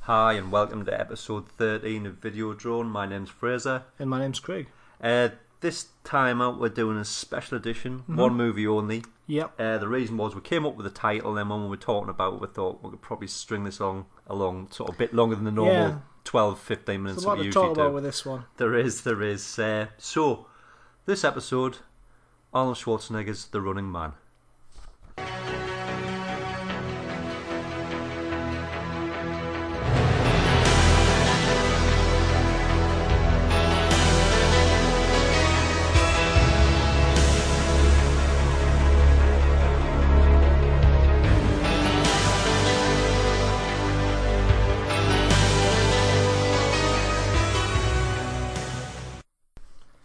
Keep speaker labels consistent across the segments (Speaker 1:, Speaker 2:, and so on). Speaker 1: Hi, and welcome to episode 13 of Video Drone. My name's Fraser.
Speaker 2: And my name's Craig.
Speaker 1: Uh, this time out, we're doing a special edition,
Speaker 2: Mm-hmm.
Speaker 1: one movie only.
Speaker 2: Yep.
Speaker 1: Uh, the reason was we came up with the title, and then when we were talking about it, we thought we could probably string this on along sort of a bit longer than the normal
Speaker 2: Yeah.
Speaker 1: 12, 15 minutes
Speaker 2: There's a
Speaker 1: that
Speaker 2: lot
Speaker 1: we
Speaker 2: to
Speaker 1: usually
Speaker 2: talk
Speaker 1: do.
Speaker 2: about with this one.
Speaker 1: There is, there is. Uh, so, this episode, Arnold Schwarzenegger's The Running Man.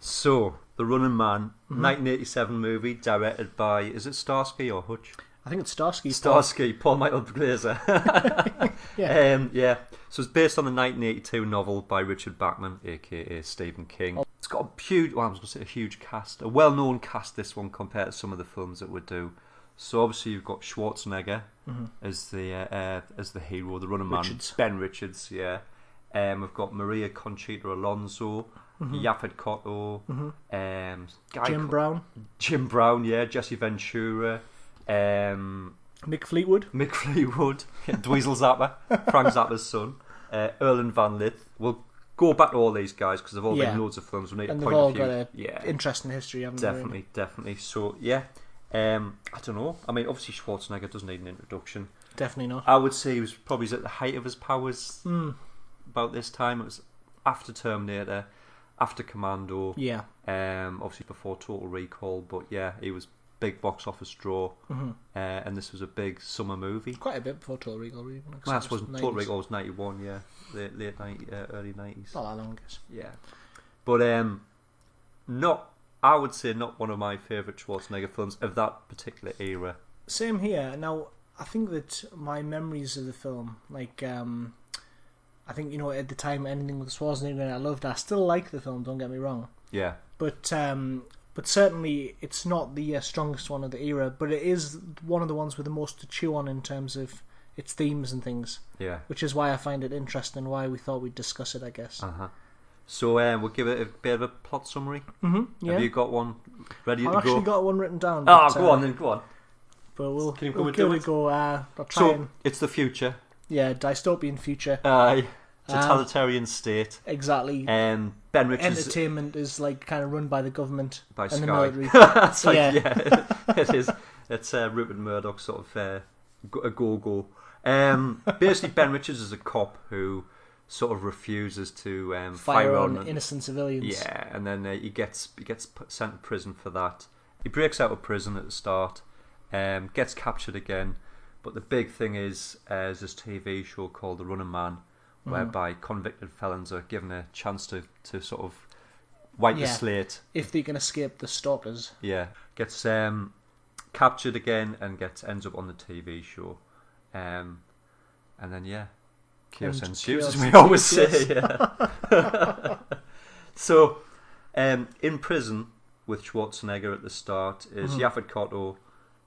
Speaker 1: So, The Running Man,
Speaker 2: Mm-hmm.
Speaker 1: 1987 movie, directed by, is it Starsky or Hutch?
Speaker 2: I think it's Starsky.
Speaker 1: Starsky, Paul Michael Glazer.
Speaker 2: Yeah.
Speaker 1: Um, yeah. So it's based on the 1982 novel by Richard Bachman, aka Stephen King.
Speaker 2: Oh.
Speaker 1: It's got a huge, well, I was going to say a huge cast, a well known cast, this one, compared to some of the films that we do. So obviously you've got Schwarzenegger as the uh, uh, as the hero, the running man,
Speaker 2: Mm-hmm. Richards.
Speaker 1: Ben Richards, yeah. Um, we've got Maria Conchita Alonso, Yaphet Kotto, um, guy
Speaker 2: Mm-hmm. Jim
Speaker 1: called-
Speaker 2: Brown,
Speaker 1: Jim Brown, yeah, Jesse Ventura, um,
Speaker 2: Mick Fleetwood,
Speaker 1: Mick Fleetwood, Dweezil Zappa, Frank Zappa's son, uh, Erlen Van Lith. We'll go back to all these guys because they've all
Speaker 2: Yeah.
Speaker 1: been loads of films. We need
Speaker 2: and
Speaker 1: a
Speaker 2: they've
Speaker 1: point
Speaker 2: all
Speaker 1: of view.
Speaker 2: got a
Speaker 1: yeah,
Speaker 2: interesting history, haven't they? really?
Speaker 1: definitely, definitely. So yeah, um, I don't know. I mean, obviously Schwarzenegger doesn't need an introduction.
Speaker 2: Definitely not. Hmm.
Speaker 1: I would say he was probably at the height of his powers about this time. It was after Terminator, after Commando,
Speaker 2: Yeah.
Speaker 1: um, obviously before Total Recall. But yeah, he was big box office draw, uh, and this was a big summer movie.
Speaker 2: Mm-hmm. Quite a bit before Total Regal, really. because
Speaker 1: Well, I
Speaker 2: it
Speaker 1: suppose
Speaker 2: was
Speaker 1: Total
Speaker 2: 90s.
Speaker 1: Recall was 91, yeah. Late, late 90, uh, early 90s.
Speaker 2: Not that long, I guess.
Speaker 1: Yeah. But um, not, I would say, not one of my favourite Schwarzenegger films of that particular era.
Speaker 2: Same here. Now, I think that my memories of the film, like, um, I think, you know, at the time, anything with Schwarzenegger in it, I loved. I still like the film, don't get me wrong.
Speaker 1: Yeah.
Speaker 2: but um, but certainly it's not the uh, strongest one of the era, but it is one of the ones with the most to chew on in terms of its themes and things,
Speaker 1: Yeah.
Speaker 2: which is why I find it interesting and why we thought we'd discuss it. I guess.
Speaker 1: Uh huh. So um, we'll give it a bit of a plot summary.
Speaker 2: mm-hmm. Yeah.
Speaker 1: Have you got one ready
Speaker 2: I've
Speaker 1: to go?
Speaker 2: actually got one written down.
Speaker 1: oh,
Speaker 2: but,
Speaker 1: go
Speaker 2: uh,
Speaker 1: on then, go on.
Speaker 2: But we'll,
Speaker 1: Can you go
Speaker 2: we'll
Speaker 1: and
Speaker 2: give
Speaker 1: do
Speaker 2: it a
Speaker 1: it?
Speaker 2: go. Uh, I'll try
Speaker 1: So
Speaker 2: and
Speaker 1: it's the future.
Speaker 2: yeah, dystopian future.
Speaker 1: Aye.
Speaker 2: Um,
Speaker 1: totalitarian state.
Speaker 2: Exactly.
Speaker 1: Um, ben Richards.
Speaker 2: Entertainment is like kind of run by the government
Speaker 1: by
Speaker 2: and
Speaker 1: Sky.
Speaker 2: the military.
Speaker 1: That's like,
Speaker 2: Yeah.
Speaker 1: yeah, it is. It's uh, Rupert Murdoch sort of uh, go- a go-go. Um, basically, Ben Richards is a cop who sort of refuses to um,
Speaker 2: Fire,
Speaker 1: fire, on.
Speaker 2: on innocent civilians.
Speaker 1: yeah, and then uh, he gets he gets put, sent to prison for that. He breaks out of prison at the start, um, gets captured again. But the big thing is, uh, there's this TV show called The Running Man, whereby convicted felons are given a chance to, to sort of wipe the
Speaker 2: Yeah.
Speaker 1: slate
Speaker 2: If they can escape the stalkers.
Speaker 1: yeah, gets um, captured again and gets ends up on the TV show, um, and then yeah, chaos
Speaker 2: And
Speaker 1: ensues as
Speaker 2: chaos
Speaker 1: we always say.
Speaker 2: ensues.
Speaker 1: yeah. so, um, in prison with Schwarzenegger at the start is
Speaker 2: Mm-hmm.
Speaker 1: Yaphet Kotto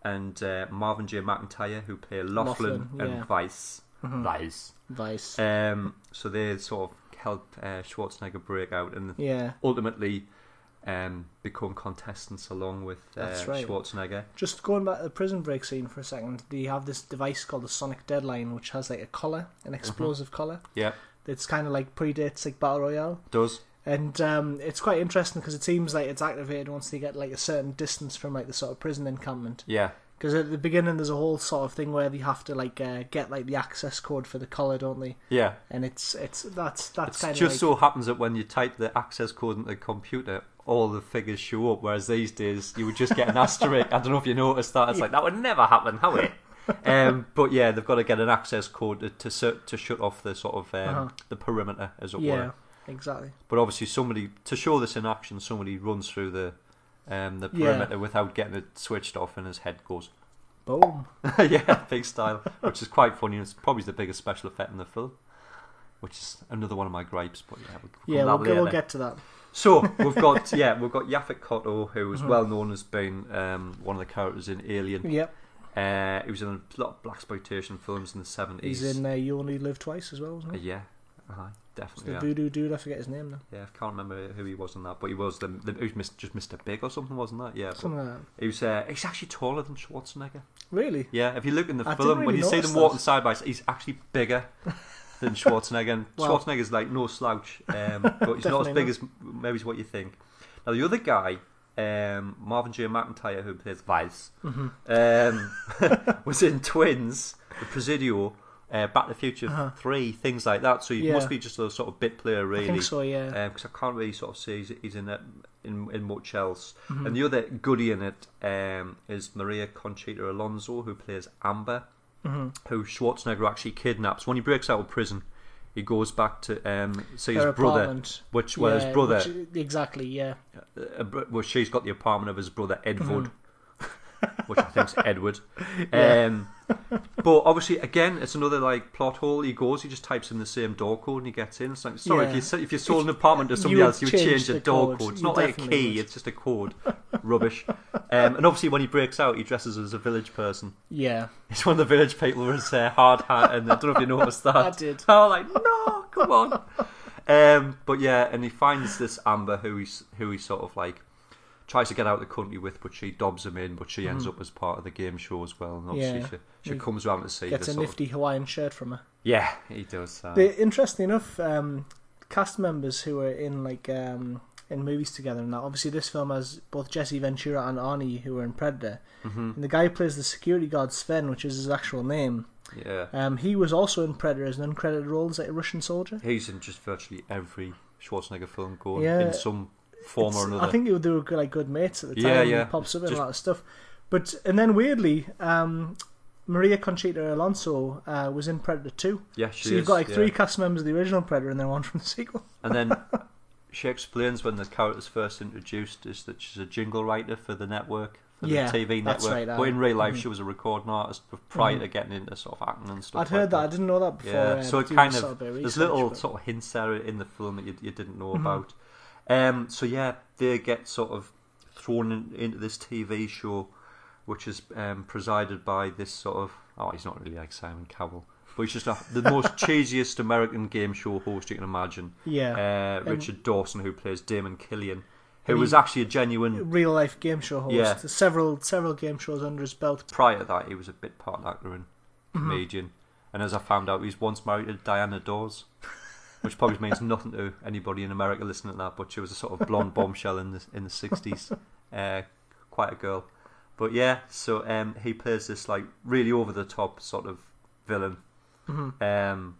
Speaker 1: and uh, Marvin J. McIntyre who play Laughlin,
Speaker 2: Laughlin,
Speaker 1: and
Speaker 2: yeah.
Speaker 1: Vice. Vice.
Speaker 2: Mm-hmm. Vice.
Speaker 1: Um, so they sort of help uh, Schwarzenegger break out and
Speaker 2: yeah.
Speaker 1: ultimately um, become contestants along with uh,
Speaker 2: That's right.
Speaker 1: Schwarzenegger.
Speaker 2: Just going back to the prison break scene for a second, they have this device called the Sonic Deadline, which has like a collar,
Speaker 1: Mm-hmm.
Speaker 2: an explosive collar.
Speaker 1: Yeah,
Speaker 2: It's kind of like predates like Battle Royale,
Speaker 1: does.
Speaker 2: and um, it's quite interesting because it seems like it's activated once they get like a certain distance from like the sort of prison encampment.
Speaker 1: Yeah,
Speaker 2: Because at the beginning, there's a whole sort of thing where they have to like uh, get like the access code for the collar, don't they?
Speaker 1: yeah.
Speaker 2: And it's it's that's that's
Speaker 1: It
Speaker 2: kind
Speaker 1: just
Speaker 2: of like,
Speaker 1: so happens that when you type the access code into the computer, all the figures show up. Whereas these days, you would just get an asterisk. I don't know if you noticed that. It's like that would never happen, how it? um, but yeah, they've got to get an access code to to, sur- to shut off the sort of um,
Speaker 2: Uh-huh.
Speaker 1: the perimeter, as it
Speaker 2: yeah,
Speaker 1: were.
Speaker 2: exactly.
Speaker 1: But obviously, somebody to show this in action, somebody runs through the um, the
Speaker 2: Yeah.
Speaker 1: perimeter without getting it switched off, and his head goes
Speaker 2: Boom.
Speaker 1: yeah, big style, which is quite funny. It's probably the biggest special effect in the film, which is another one of my gripes. But yeah, we'll,
Speaker 2: Yeah,
Speaker 1: come
Speaker 2: we'll,
Speaker 1: to
Speaker 2: get-
Speaker 1: that
Speaker 2: we'll
Speaker 1: later.
Speaker 2: get to that.
Speaker 1: So we've got yeah, we've got Yaphet Kotto, who is well known as being um, one of the characters in Alien.
Speaker 2: Yep.
Speaker 1: Uh, he was in a lot of black exploitation films in the seventies.
Speaker 2: He's in uh, You Only Live Twice as well, wasn't he?
Speaker 1: yeah, uh
Speaker 2: It's
Speaker 1: definitely.
Speaker 2: the
Speaker 1: yeah.
Speaker 2: voodoo dude, I forget his name now.
Speaker 1: Yeah, I can't remember who he was in that, but he was the, the he was mis- just Mr. Big or something, wasn't that? Yeah, but
Speaker 2: Something like that.
Speaker 1: he was. Uh, he's actually taller than Schwarzenegger.
Speaker 2: Really?
Speaker 1: Yeah, if you look in the
Speaker 2: I didn't
Speaker 1: film, when
Speaker 2: really
Speaker 1: you see
Speaker 2: notice
Speaker 1: them walking
Speaker 2: that.
Speaker 1: side by side, he's actually bigger than Schwarzenegger. And
Speaker 2: Wow.
Speaker 1: Schwarzenegger's like no slouch, um, but he's not as
Speaker 2: Definitely
Speaker 1: big
Speaker 2: not.
Speaker 1: as maybe is what you think. Now the other guy, um, Marvin J. McIntyre, who plays Vice,
Speaker 2: Mhm.
Speaker 1: um, was in Twins, The Presidio, uh, Back to the Future
Speaker 2: Uh-huh.
Speaker 1: Three, things like that. So he
Speaker 2: Yeah.
Speaker 1: must be just a sort of bit player, really
Speaker 2: I think so, yeah.
Speaker 1: because I can't really sort of see he's, he's in it in, in much else.
Speaker 2: Mhm.
Speaker 1: And the other goodie in it um, is Maria Conchita Alonso, who plays Amber,
Speaker 2: Mhm.
Speaker 1: who Schwarzenegger actually kidnaps. When he breaks out of prison, he goes back to um, see
Speaker 2: Her
Speaker 1: his brother,
Speaker 2: apartment.
Speaker 1: which well
Speaker 2: Yeah,
Speaker 1: his brother,
Speaker 2: which- exactly, yeah.
Speaker 1: uh, br- well she's got the apartment of his brother Edward,
Speaker 2: Mhm.
Speaker 1: which I think's Edward.
Speaker 2: Yeah.
Speaker 1: Um, but obviously, again, it's another like plot hole. He goes, he just types in the same door code and he gets in. It's like, sorry,
Speaker 2: Yeah.
Speaker 1: if you s- if you sold an apartment to
Speaker 2: you
Speaker 1: somebody
Speaker 2: would
Speaker 1: else, you would
Speaker 2: change
Speaker 1: change the,
Speaker 2: the
Speaker 1: door
Speaker 2: code.
Speaker 1: code. It's
Speaker 2: You
Speaker 1: not like a
Speaker 2: definitely
Speaker 1: key;
Speaker 2: would.
Speaker 1: it's just a code. Rubbish. Um, and obviously, when he breaks out, he dresses as a village person.
Speaker 2: Yeah.
Speaker 1: He's one of the village people with his uh, hard hat, and I don't know if you noticed that.
Speaker 2: I did.
Speaker 1: I was like, no, come on. Um, but yeah, and he finds this Amber who he's who he sort of like tries to get out of the country with, but she dobs him in, but she ends up as part of the game show as well. And obviously,
Speaker 2: Mm-hmm. Yeah.
Speaker 1: she, she
Speaker 2: He
Speaker 1: comes round to see this.
Speaker 2: Gets a
Speaker 1: sort of-
Speaker 2: nifty Hawaiian shirt from her.
Speaker 1: yeah, he does. Uh,
Speaker 2: But interestingly enough, um, cast members who are in like um, in movies together and that. Obviously, this film has both Jesse Ventura and Arnie, who were in Predator.
Speaker 1: mhm,
Speaker 2: And the guy who plays the security guard Sven, which is his actual name.
Speaker 1: yeah,
Speaker 2: Um, he was also in Predator as an uncredited role as like a Russian soldier.
Speaker 1: he's in just virtually every Schwarzenegger film going
Speaker 2: Yeah,
Speaker 1: in some form or
Speaker 2: It's-
Speaker 1: another.
Speaker 2: I think they were, they were good, like good mates at the time.
Speaker 1: Yeah,
Speaker 2: and
Speaker 1: yeah.
Speaker 2: He pops up in
Speaker 1: Just-
Speaker 2: a lot of stuff. But and then weirdly, um, Maria Conchita Alonso uh, was in Predator Two.
Speaker 1: yeah, she
Speaker 2: so you've
Speaker 1: is,
Speaker 2: got like
Speaker 1: yeah.
Speaker 2: three cast members of the original Predator and then one from the sequel.
Speaker 1: And then she explains when the character's first introduced is that she's a jingle writer for the network, for
Speaker 2: Yeah,
Speaker 1: the TV network.
Speaker 2: that's right,
Speaker 1: but in
Speaker 2: Alan.
Speaker 1: real life,
Speaker 2: Mhm.
Speaker 1: she was a recording artist b- prior
Speaker 2: Mhm.
Speaker 1: to getting into sort of acting and stuff.
Speaker 2: I'd
Speaker 1: like
Speaker 2: heard that. I didn't know that before.
Speaker 1: Yeah,
Speaker 2: uh,
Speaker 1: so it
Speaker 2: doing
Speaker 1: kind
Speaker 2: this
Speaker 1: of-
Speaker 2: sort bit of
Speaker 1: There's
Speaker 2: research,
Speaker 1: little
Speaker 2: but-
Speaker 1: sort of hints there in the film that you, you didn't know
Speaker 2: Mhm.
Speaker 1: about. Um, so yeah, they get sort of thrown in, into this TV show, which is um, presided by this sort of oh, he's not really like Simon Cowell, but he's just a, the most cheesiest American game show host you can imagine.
Speaker 2: yeah,
Speaker 1: Uh,
Speaker 2: And-
Speaker 1: Richard Dawson, who plays Damon Killian, who
Speaker 2: And he-
Speaker 1: was actually a genuine.
Speaker 2: real life game show host.
Speaker 1: Yeah.
Speaker 2: several several game shows under his belt.
Speaker 1: Prior to that, he was a bit part actor and
Speaker 2: Mm-hmm.
Speaker 1: comedian. And as I found out, he was once married to Diana Dawes, which probably means nothing to anybody in America listening to that. But she was a sort of blonde bombshell in the in the sixties, uh, quite a girl. But yeah, so um, he plays this like really over the top sort of villain.
Speaker 2: Mhm.
Speaker 1: Um,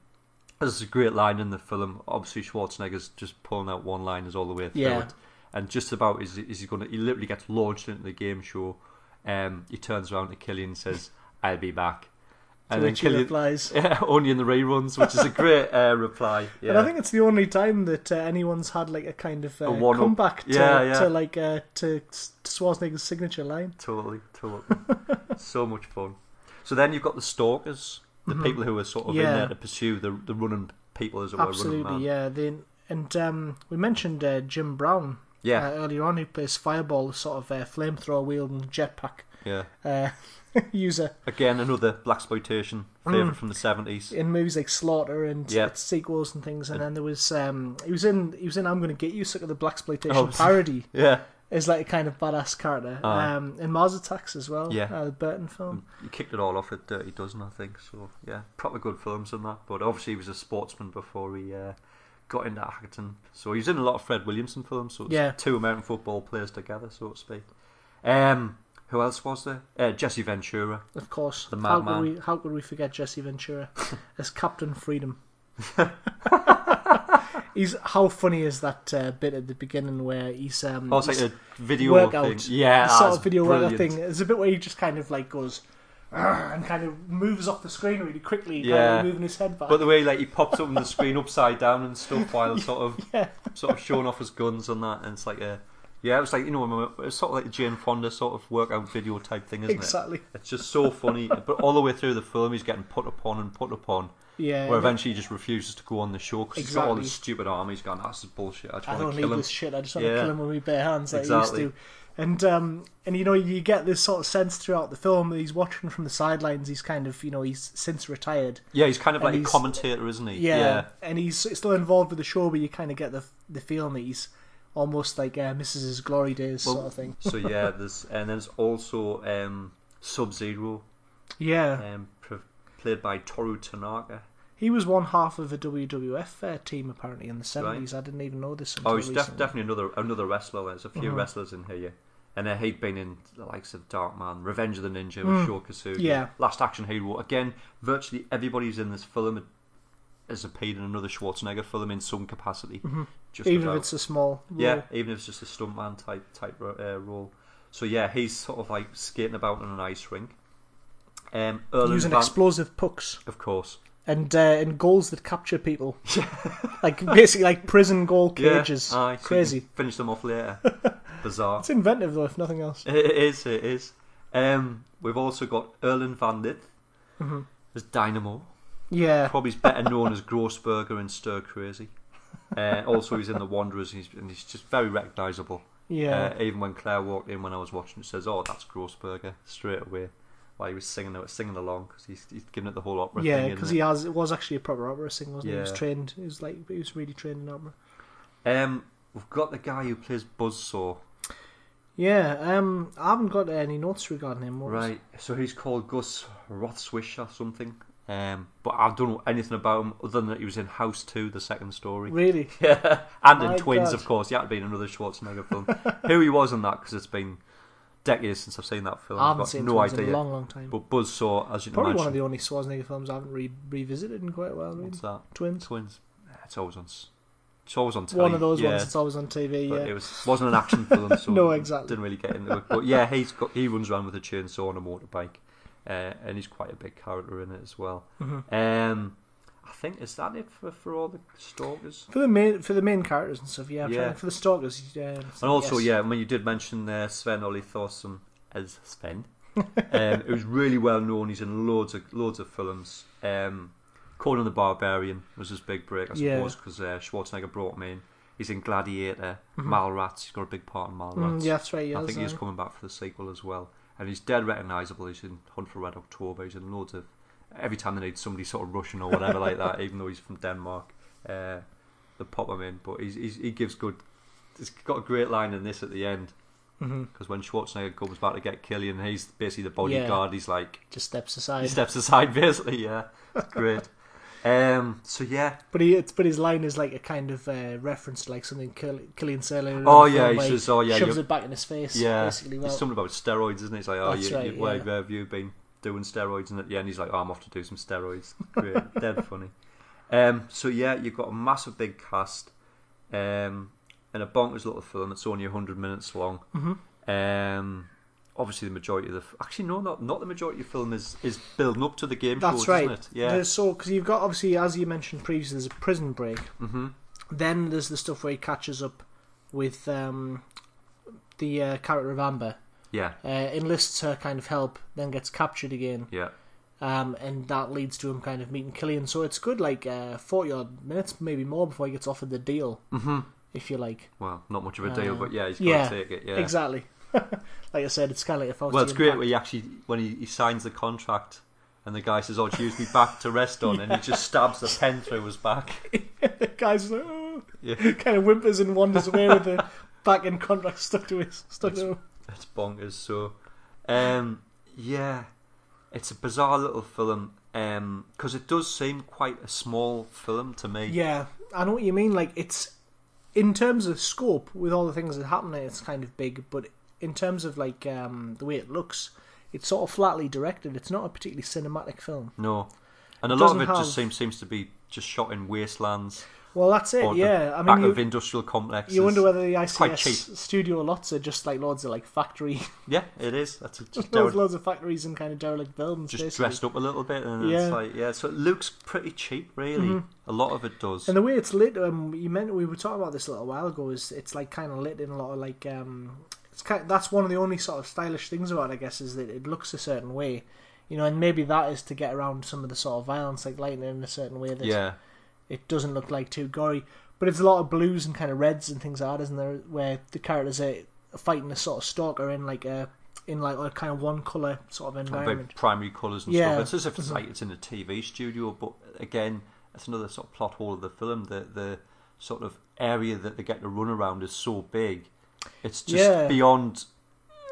Speaker 1: there's a great line in the film. Obviously, Schwarzenegger's just pulling out one liners all the way through
Speaker 2: Yeah.
Speaker 1: it. and just about is is he going to he literally gets launched into the game show. Um, he turns around to Killian and says, "I'll be back,"
Speaker 2: To
Speaker 1: and then
Speaker 2: which he
Speaker 1: Killian
Speaker 2: replies.
Speaker 1: yeah, only in the reruns, which is a great uh, reply. Yeah,
Speaker 2: And I think it's the only time that uh, anyone's had like a kind of uh,
Speaker 1: A one-up.
Speaker 2: comeback to,
Speaker 1: Yeah, yeah.
Speaker 2: to like uh, to, to Schwarzenegger's signature line.
Speaker 1: totally, totally, so much fun. So then you've got the stalkers, the
Speaker 2: Mhm.
Speaker 1: people who are sort of in
Speaker 2: Yeah.
Speaker 1: there to pursue the the running people as it were, running man.
Speaker 2: Absolutely, yeah. Then and um, we mentioned uh, Jim Brown
Speaker 1: yeah,
Speaker 2: uh, earlier on, who plays Fireball, sort of uh, flamethrower wielding jetpack
Speaker 1: yeah.
Speaker 2: uh, user
Speaker 1: Again, another black exploitation
Speaker 2: Hmm.
Speaker 1: favorite from the seventies.
Speaker 2: in movies like Slaughter and
Speaker 1: Yeah.
Speaker 2: its sequels and things. And
Speaker 1: And-
Speaker 2: then there was um, he was in he was in I'm Gonna Get You, sort of the black exploitation
Speaker 1: Oh,
Speaker 2: parody.
Speaker 1: Yeah,
Speaker 2: Is like a kind of badass character.
Speaker 1: Aye.
Speaker 2: Um, in Mars Attacks as well,
Speaker 1: Yeah.
Speaker 2: uh, the Burton film.
Speaker 1: you kicked it all off at Dirty Dozen, I think. So yeah, proper good films and that. But obviously, he was a sportsman before he uh, got into acting. So he was in a lot of Fred Williamson films. So it's
Speaker 2: Yeah.
Speaker 1: two American football players together, so to speak. Um, who else was there? Uh, Jesse Ventura.
Speaker 2: Of course.
Speaker 1: The
Speaker 2: how
Speaker 1: Madman.
Speaker 2: could we how could we forget Jesse Ventura as Captain Freedom? he's how funny is that uh, bit at the beginning where he's um
Speaker 1: Oh, it's like
Speaker 2: he's-
Speaker 1: a video
Speaker 2: Workout.
Speaker 1: thing. Yeah,
Speaker 2: the sort
Speaker 1: that's
Speaker 2: of video
Speaker 1: brilliant.
Speaker 2: workout thing. There's a bit where he just kind of like goes "Argh," and kind of moves off the screen really quickly, kind
Speaker 1: Yeah.
Speaker 2: of moving his head back.
Speaker 1: But the way like he pops up on the screen upside down and stuff while sort of
Speaker 2: yeah,
Speaker 1: sort of showing off his guns and that, and it's like a yeah, it was like you know it's sort of like a Jane Fonda sort of workout video type thing, isn't it?
Speaker 2: exactly.
Speaker 1: It's just so funny. but all the way through the film, he's getting put upon and put upon.
Speaker 2: Yeah.
Speaker 1: Where
Speaker 2: and
Speaker 1: eventually he just refuses to go on the show because he's got all
Speaker 2: Exactly.
Speaker 1: this stupid army. He's going, that's bullshit. I just
Speaker 2: I
Speaker 1: want
Speaker 2: don't
Speaker 1: to kill
Speaker 2: need
Speaker 1: him.
Speaker 2: this shit. I just want to
Speaker 1: Yeah.
Speaker 2: kill him with my bare hands, like I
Speaker 1: Exactly.
Speaker 2: used to. And um, and you know, you get this sort of sense throughout the film that he's watching from the sidelines. He's kind of, you know, he's since retired.
Speaker 1: Yeah, he's kind of
Speaker 2: And
Speaker 1: like a
Speaker 2: he's-
Speaker 1: commentator, isn't he?
Speaker 2: Yeah, and he's still involved with the show, but you kind of get the the feeling that he's almost like uh, misses his glory days
Speaker 1: Well-
Speaker 2: sort of thing.
Speaker 1: so yeah, there's and there's also um, Sub Zero,
Speaker 2: Yeah,
Speaker 1: um, pr- played by Toru Tanaka.
Speaker 2: he was one half of a WWF uh, team apparently in the seventies. I didn't even know this. Until
Speaker 1: Oh, he's def-
Speaker 2: recently.
Speaker 1: definitely another another wrestler. There's a few
Speaker 2: Mhm.
Speaker 1: wrestlers in here, yeah. and uh, he'd been in the likes of Dark Man, Revenge of the Ninja with
Speaker 2: Mm.
Speaker 1: Shokasugi,
Speaker 2: Yeah.
Speaker 1: Last Action Hero. Again, virtually everybody's in this film has appeared in another Schwarzenegger film in some capacity.
Speaker 2: Mhm.
Speaker 1: Just
Speaker 2: even
Speaker 1: about.
Speaker 2: if it's a small role.
Speaker 1: Yeah, even if it's just a stuntman type type ro- uh, role. So yeah, he's sort of like skating about on an ice rink. Um, Erlen
Speaker 2: using
Speaker 1: Van-
Speaker 2: explosive pucks
Speaker 1: of course.
Speaker 2: and uh, and goals that capture people, like basically like prison goal cages.
Speaker 1: Yeah, Ah. aye, so you can
Speaker 2: Crazy.
Speaker 1: Finish them off later. Bizarre.
Speaker 2: It's inventive though, if nothing else.
Speaker 1: It is. It is. Um, we've also got Erlen van Lith
Speaker 2: hmm
Speaker 1: as Dynamo.
Speaker 2: Yeah,
Speaker 1: Probably is better known as Grossberger in Stir Crazy. Uh, also, he's in the Wanderers, and he's, and he's just very recognisable.
Speaker 2: yeah.
Speaker 1: Uh, even when Claire walked in when I was watching, she says, "Oh, that's Grossberger," straight away. While he was singing, singing along because he's, he's giving it the whole opera.
Speaker 2: Yeah,
Speaker 1: thing, isn't
Speaker 2: because
Speaker 1: it?
Speaker 2: he has it was actually a proper opera singer, wasn't he? He
Speaker 1: Yeah.
Speaker 2: was trained. He was like he was really trained in opera.
Speaker 1: Um, we've got the guy who plays Buzzsaw.
Speaker 2: Yeah, um, I haven't got any notes regarding him. What was-
Speaker 1: Right, so he's called Gus Rothswish or something. Um, but I don't know anything about him other than that he was in House 2, the second story.
Speaker 2: Really?
Speaker 1: Yeah, and in
Speaker 2: My
Speaker 1: Twins,
Speaker 2: God.
Speaker 1: of course. Yeah, it'd been another Schwarzenegger film. Who he was in that, because it's been decades since I've seen that film.
Speaker 2: I
Speaker 1: I've
Speaker 2: haven't
Speaker 1: got
Speaker 2: seen
Speaker 1: no
Speaker 2: Twins in
Speaker 1: idea.
Speaker 2: a long, long time.
Speaker 1: But Buzzsaw, as you can
Speaker 2: Probably
Speaker 1: imagine, Mm.
Speaker 2: one of the only Schwarzenegger films I haven't re- revisited in quite a while. Really.
Speaker 1: what's that?
Speaker 2: Twins.
Speaker 1: Twins. Yeah, It's always on. s- It's always on. Telly.
Speaker 2: One of those
Speaker 1: yeah,
Speaker 2: ones that's always on TV.
Speaker 1: But
Speaker 2: yeah.
Speaker 1: it was wasn't an action film, so
Speaker 2: No, exactly.
Speaker 1: Didn't really get into it. But yeah, he's got he runs around with a chainsaw and a motorbike, uh, and he's quite a big character in it as well.
Speaker 2: Mhm.
Speaker 1: Um, I think is that it for, for all the stalkers.
Speaker 2: For the main for the main characters and stuff. Yeah. I'm
Speaker 1: Yeah.
Speaker 2: trying- for the stalkers. Yeah.
Speaker 1: And also,
Speaker 2: yes.
Speaker 1: yeah, I mean, you did mention there Sven Ollie Thorson as Sven, um, who's really well known. He's in loads of loads of films. Um, Conan the Barbarian was his big break, I
Speaker 2: Yeah.
Speaker 1: suppose, because uh, Schwarzenegger brought him in. He's in Gladiator,
Speaker 2: Mhm.
Speaker 1: Malrats. He's got a big part in Malrats.
Speaker 2: Mm, yeah, that's right. Yeah,
Speaker 1: I
Speaker 2: that's
Speaker 1: think he's
Speaker 2: right.
Speaker 1: coming back for the sequel as well. And he's dead recognisable. He's in Hunt for Red October. He's in loads of. Every time they need somebody sort of Russian or whatever like that, even though he's from Denmark, uh, they pop him in. But he's, he's, he gives good. He's got a great line in this at the end
Speaker 2: Mhm.
Speaker 1: because when Schwarzenegger comes back to get Killian, he's basically the bodyguard. He's like.
Speaker 2: Just steps aside.
Speaker 1: He steps aside, basically, yeah. It's great. um, so, yeah.
Speaker 2: But he, it's, but his line is like a kind of uh, reference to like something Kill- Killian Sailor. in
Speaker 1: Oh,
Speaker 2: the
Speaker 1: yeah.
Speaker 2: film
Speaker 1: He
Speaker 2: where
Speaker 1: says, oh, yeah.
Speaker 2: shoves
Speaker 1: you-
Speaker 2: it back in his face.
Speaker 1: Yeah,
Speaker 2: basically. Well,
Speaker 1: It's something about steroids, isn't it? It's like, oh,
Speaker 2: That's
Speaker 1: you,
Speaker 2: right,
Speaker 1: you, where,
Speaker 2: yeah.
Speaker 1: where have you been doing steroids? And at the end, he's like, oh, I'm off to do some steroids. Great, dead funny. Um, so yeah, you've got a massive big cast, um, and a bonkers little film. It's only hundred minutes long.
Speaker 2: Mhm.
Speaker 1: Um, obviously, the majority of the f- actually no, not not the majority of the film is is building up to the game
Speaker 2: That's
Speaker 1: shows,
Speaker 2: right.
Speaker 1: isn't it? Yeah.
Speaker 2: There's Uh, so because you've got obviously as you mentioned previously, there's a prison break.
Speaker 1: Mm-hmm.
Speaker 2: Then there's the stuff where he catches up with um, the uh, character of Amber,
Speaker 1: Yeah.
Speaker 2: uh, enlists her kind of help, then gets captured again,
Speaker 1: Yeah.
Speaker 2: um, and that leads to him kind of meeting Killian. So it's good like uh, forty odd minutes, maybe more, before he gets offered the deal,
Speaker 1: Mm-hmm.
Speaker 2: if you like.
Speaker 1: Well, not much of a deal,
Speaker 2: Uh,
Speaker 1: but yeah, he's got
Speaker 2: yeah,
Speaker 1: to take it. Yeah.
Speaker 2: Exactly. like I said, it's kind of like a Faustian
Speaker 1: Well, it's great
Speaker 2: pact.
Speaker 1: when he actually when he, he signs the contract and the guy says, "Oh, it's usually back to rest on," and he just stabs the pen through his back.
Speaker 2: the guy's like, oh,
Speaker 1: Yeah.
Speaker 2: kind of whimpers and wanders away with the back end contract stuck to his stuck to him.
Speaker 1: It's bonkers. So, um, yeah, it's a bizarre little film because it does seem quite a small film to me.
Speaker 2: Yeah, I know what you mean. Like it's in terms of scope, with all the things that happen, in it, it's kind of big. But in terms of like um, the way it looks, it's sort of flatly directed. It's not a particularly cinematic film.
Speaker 1: No, and a
Speaker 2: It
Speaker 1: lot of
Speaker 2: doesn't
Speaker 1: it
Speaker 2: have-
Speaker 1: just seems seems to be just shot in wastelands
Speaker 2: Well, that's it.
Speaker 1: or the
Speaker 2: yeah, I
Speaker 1: back
Speaker 2: mean,
Speaker 1: of
Speaker 2: you,
Speaker 1: industrial complexes.
Speaker 2: you wonder whether the
Speaker 1: quite
Speaker 2: ICS studio lots are just like loads of like factory,
Speaker 1: yeah, it is. That's a, just
Speaker 2: loads,
Speaker 1: derelict-
Speaker 2: loads of factories and kind of derelict buildings.
Speaker 1: just
Speaker 2: basically.
Speaker 1: dressed up a little bit, and
Speaker 2: Yeah. Mm-hmm.
Speaker 1: it's like yeah. So it looks pretty cheap, really. A lot of it does.
Speaker 2: And the way it's lit, um, you meant we were talking about this a little while ago. Is it's like kind of lit in a lot of like um, it's kind. That's one of the only sort of stylish things about, it, I guess, is that it looks a certain way, You know, and maybe that is to get around some of the sort of violence, like lighting it in a certain way that
Speaker 1: yeah,
Speaker 2: it doesn't look like too gory. But it's a lot of blues and kind of reds and things like that, isn't there? Where the characters are fighting a sort of stalker in like a in like a kind of one color sort of environment.
Speaker 1: about primary colours and
Speaker 2: Yeah.
Speaker 1: stuff. It's as if it's like it's in a TV studio, but again, that's another sort of plot hole of the film. The the sort of area that they get to run around is so big, it's just
Speaker 2: Yeah.
Speaker 1: beyond.